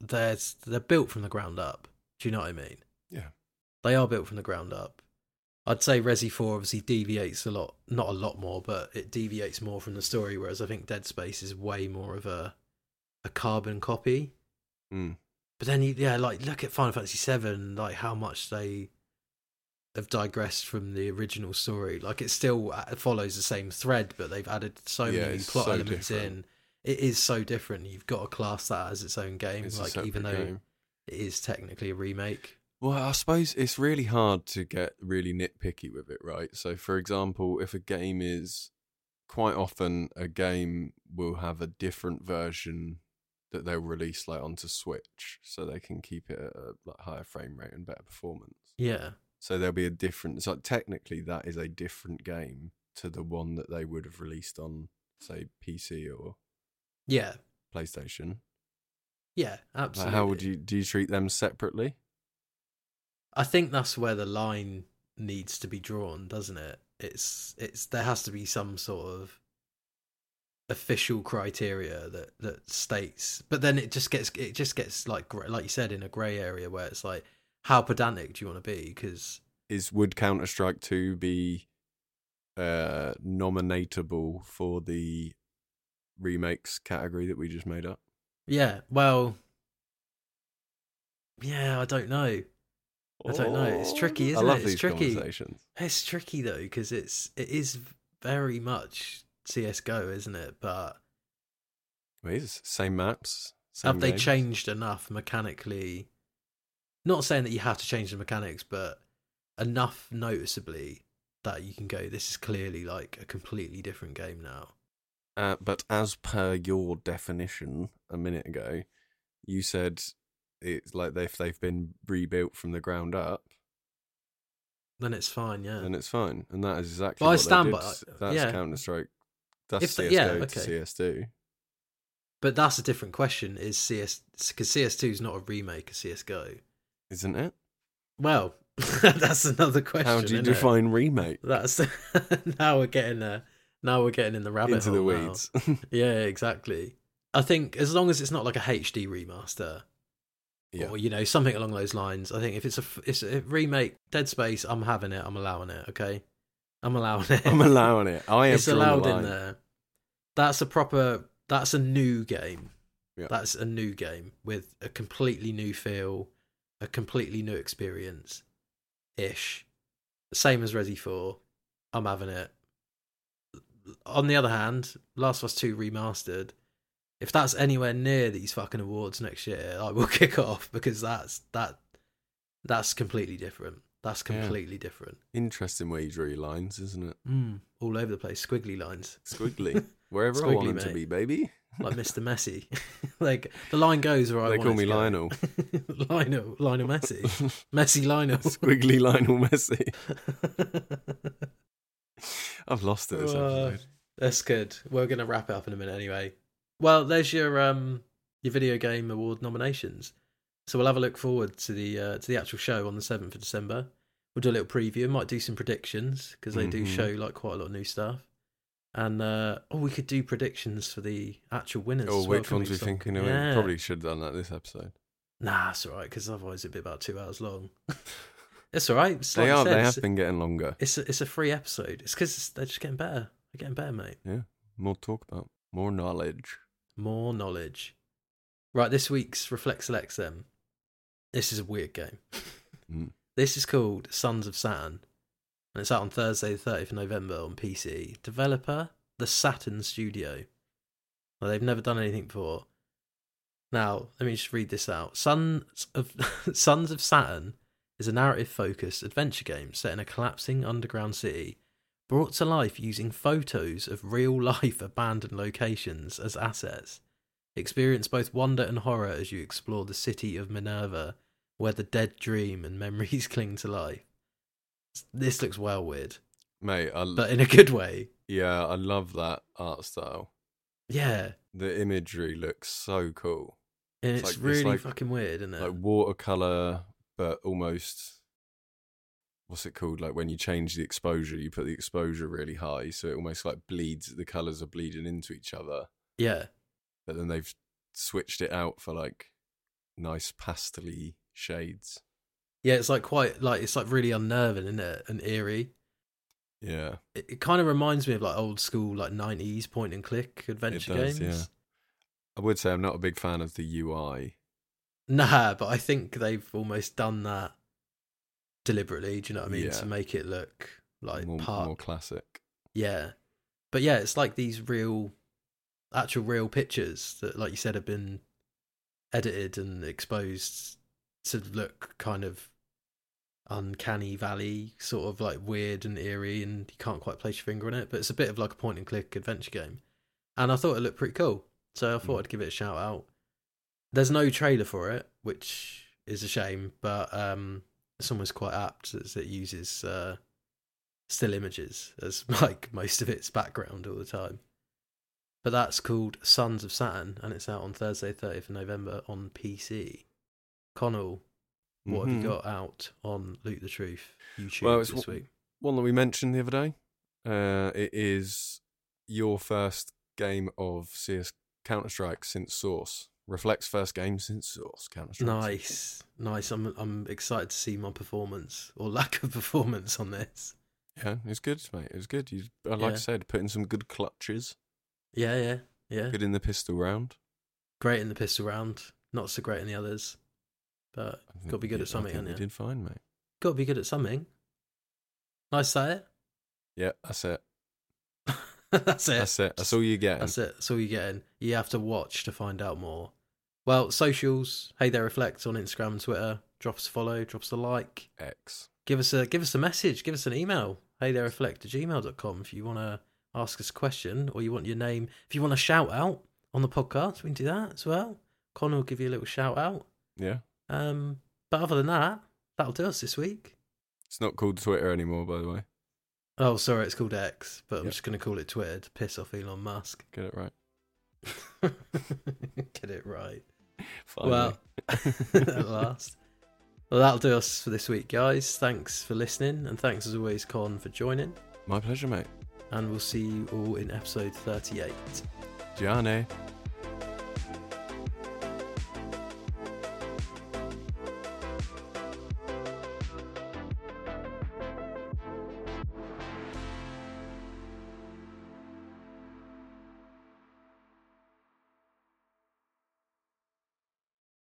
S1: there's they're built from the ground up. Do you know what I mean?
S2: Yeah.
S1: they are built from the ground up. I'd say Resi Four obviously deviates a lot, not a lot more, but it deviates more from the story. Whereas I think Dead Space is way more of a a carbon copy
S2: Mm.
S1: but then you, yeah, like look at Final Fantasy Seven, like how much they have digressed from the original story. Like it still uh, follows the same thread, but they've added so
S2: Yeah,
S1: many
S2: it's
S1: plot
S2: so
S1: elements
S2: different.
S1: in. It is so different. You've got to class that as its own game,
S2: It's a
S1: like even though
S2: separate game.
S1: it is technically a remake.
S2: Well, I suppose it's really hard to get really nitpicky with it, right? So, for example, if a game is quite often a game will have a different version that they'll release like onto Switch, so they can keep it at a like, higher frame rate and better performance.
S1: Yeah,
S2: So there'll be a different. So technically, that is a different game to the one that they would have released on, say, PC or
S1: yeah,
S2: PlayStation.
S1: yeah.
S2: Like,
S1: Absolutely.
S2: how would you do? You treat them separately?
S1: I think that's where the line needs to be drawn, doesn't it? It's it's there has to be some sort of official criteria that that states, but then it just gets it just gets like gr- like you said in a grey area where it's like how pedantic do you want to be? Because
S2: is would Counter Strike Two be uh nominatable for the remakes category that we just made up?
S1: yeah, well, yeah, I don't know. I don't know. It's tricky,
S2: I
S1: isn't
S2: love
S1: it? It's
S2: these
S1: tricky.
S2: conversations.
S1: It's tricky though because it's it is very much CS:GO, isn't it? But
S2: It is. Same maps. Same
S1: have they
S2: games.
S1: changed enough mechanically? Not saying that you have to change the mechanics, but enough noticeably that you can go. This is clearly like a completely different game now.
S2: Uh, but as per your definition a minute ago, you said it's like if they've been rebuilt from the ground up,
S1: Then it's fine, yeah.
S2: then it's fine, and that is exactly.
S1: Well, I
S2: what they
S1: stand
S2: did
S1: by-
S2: to- That's
S1: yeah.
S2: Counter Strike. That's
S1: If
S2: CS:GO
S1: the- yeah,
S2: to
S1: okay.
S2: CS2.
S1: But that's a different question. Is CS because CS2 is not a remake of CS:GO?
S2: isn't it?
S1: Well, *laughs* that's another question.
S2: How do you
S1: innit?
S2: define remake?
S1: That's *laughs* now we're getting there. Now we're getting in the rabbit
S2: Into the
S1: hole now.
S2: weeds.
S1: *laughs* Yeah, exactly. I think as long as it's not like a HD remaster,
S2: Yeah.
S1: or you know something along those lines. I think if it's a f- it's a remake, Dead Space, I'm having it. I'm allowing it. Okay, I'm allowing *laughs* it.
S2: *laughs* I'm allowing it. I am
S1: it's allowed in there. That's a proper. That's a new game.
S2: Yeah.
S1: That's a new game with a completely new feel, a completely new experience, ish. Same as Resi Four. I'm having it. On the other hand, Last of Us Two remastered. If that's anywhere near these fucking awards next year, I will *laughs* kick off because that's that. That's completely different. That's
S2: Yeah.
S1: completely different.
S2: Interesting way you drew your lines, isn't it?
S1: Mm, all over the place, squiggly lines. *laughs*
S2: Squiggly. Wherever I
S1: Squiggly,
S2: want 'em to
S1: mate.
S2: be, baby.
S1: like Mr. Messi. *laughs* like the line goes where I
S2: they
S1: want
S2: call
S1: it
S2: me
S1: to go. *laughs*
S2: Lionel. *laughs*
S1: Lionel, Lionel Messi, Messi
S2: *laughs*
S1: Lionel.
S2: Squiggly Lionel Messi. I've lost it this
S1: Wow.
S2: episode.
S1: That's good. We're gonna wrap it up in a minute anyway. Well, there's your um your video game award nominations. So we'll have a look forward to the uh, to the actual show on the seventh of December. We'll do a little preview. Might do some predictions because they do
S2: Mhm.
S1: show like quite a lot of new stuff. And uh, oh, we could do predictions for the actual winners.
S2: Or
S1: as well,
S2: Oh, which
S1: couldn't
S2: ones we
S1: So-
S2: thinking of?
S1: Yeah.
S2: Probably should have done that this episode.
S1: Nah, it's all right because otherwise it'd be about two hours long. *laughs* it's all right. It's like
S2: They
S1: I
S2: are.
S1: said,
S2: They
S1: it's-
S2: have been getting longer.
S1: It's a, it's a free episode. It's because they're just getting better. They're getting better, mate.
S2: More talk about. More knowledge.
S1: More knowledge. Right, this week's Reflex Selects then. This is a weird game.
S2: Mm.
S1: This is called Sons of Saturn. And it's out on Thursday, the 30th of November on PC. Developer, the Saturn Studio. Now, they've never done anything before. Now, let me just read this out. Sons of *laughs* Sons of Saturn is a narrative focused adventure game set in a collapsing underground city, brought to life using photos of real *laughs* life abandoned locations as assets. Experience both wonder and horror as you explore the city of Minerva, where the dead dream and *laughs* memories cling to life. This looks well weird,
S2: Mate, I,
S1: but in a good way.
S2: yeah, I love that art style.
S1: Yeah.
S2: The imagery looks so cool.
S1: And
S2: It's
S1: it's,
S2: like- it's
S1: really
S2: like-
S1: fucking weird, isn't it?
S2: like watercolor, but almost what's it called? Like when you change the exposure, you put the exposure really high, so it almost like bleeds. The colors are bleeding into each other,
S1: yeah.
S2: but then they've switched it out for like nice pastely shades.
S1: Yeah, it's like quite like it's like really unnerving, isn't it? And eerie.
S2: Yeah,
S1: It, it kind of reminds me of like old school like nineties point and click adventure
S2: does,
S1: games.
S2: yeah. I would say I'm not a big fan of the UI.
S1: Nah, but I think they've almost done that deliberately. Do you know what I mean?
S2: Yeah.
S1: To make it look like
S2: more,
S1: part.
S2: more classic.
S1: Yeah, but yeah, it's like these real, actual real pictures that, like you said, have been edited and exposed to look kind of uncanny valley, sort of like weird and eerie, and you can't quite place your finger on it. But it's a bit of like a point and click adventure game, and I thought it looked pretty cool, so I
S2: Hmm.
S1: thought I'd give it a shout out. There's no trailer for it, which is a shame, but um, someone's quite apt as it uses uh, still images as *laughs* like most of its background all the time. But that's called Sons of Saturn, and it's out on Thursday, 30th of November on PC. Connell, what have
S2: Mhm.
S1: you got out on Loot the Truth YouTube
S2: Well, it's
S1: this
S2: w-
S1: week?
S2: one that we mentioned the other day. Uh, it is your first game of CS Counter Strike since Source. Reflects first game since Source Counter Strike.
S1: Nice, nice. I'm I'm excited to see my performance or lack of *laughs* performance on this.
S2: Yeah, it was good, mate. It was good. You, I like
S1: Yeah.
S2: I said, put in some good clutches.
S1: Yeah, yeah, yeah.
S2: Good in the pistol round.
S1: Great in the pistol round, not so great in the others. But
S2: I think
S1: Gotta be
S2: we
S1: good
S2: did-
S1: at something,
S2: I think we
S1: ain't ya?
S2: did fine, mate.
S1: got to be good at something. Nice say it. *laughs*
S2: Yeah, that's it.
S1: That's it.
S2: That's it. That's all you're getting.
S1: That's it. That's all you're getting. You have to watch to find out more. Well, socials. Hey there, reflect on Instagram, Twitter. Drop us a follow. Drop us a like.
S2: X.
S1: Give us a give us a message. Give us an email. Hey there, reflect at gmail.com if you want to ask us a question or you want your name. If you want a shout out on the podcast, we can do that as well. Connor will give you a little shout out.
S2: Yeah.
S1: Um, but other than that, that'll do us this week.
S2: It's not called Twitter anymore, by the way.
S1: Oh, sorry, it's called X, but I'm
S2: Yep.
S1: just going to call it Twitter to piss off Elon Musk. *laughs*
S2: Get it right.
S1: Get it right.
S2: Finally.
S1: Well, *laughs* at last. Well, that'll do us for this week, guys. Thanks for listening, and thanks as always, Con, for joining.
S2: My pleasure, mate.
S1: And we'll see you all in episode 38.
S2: Gianni.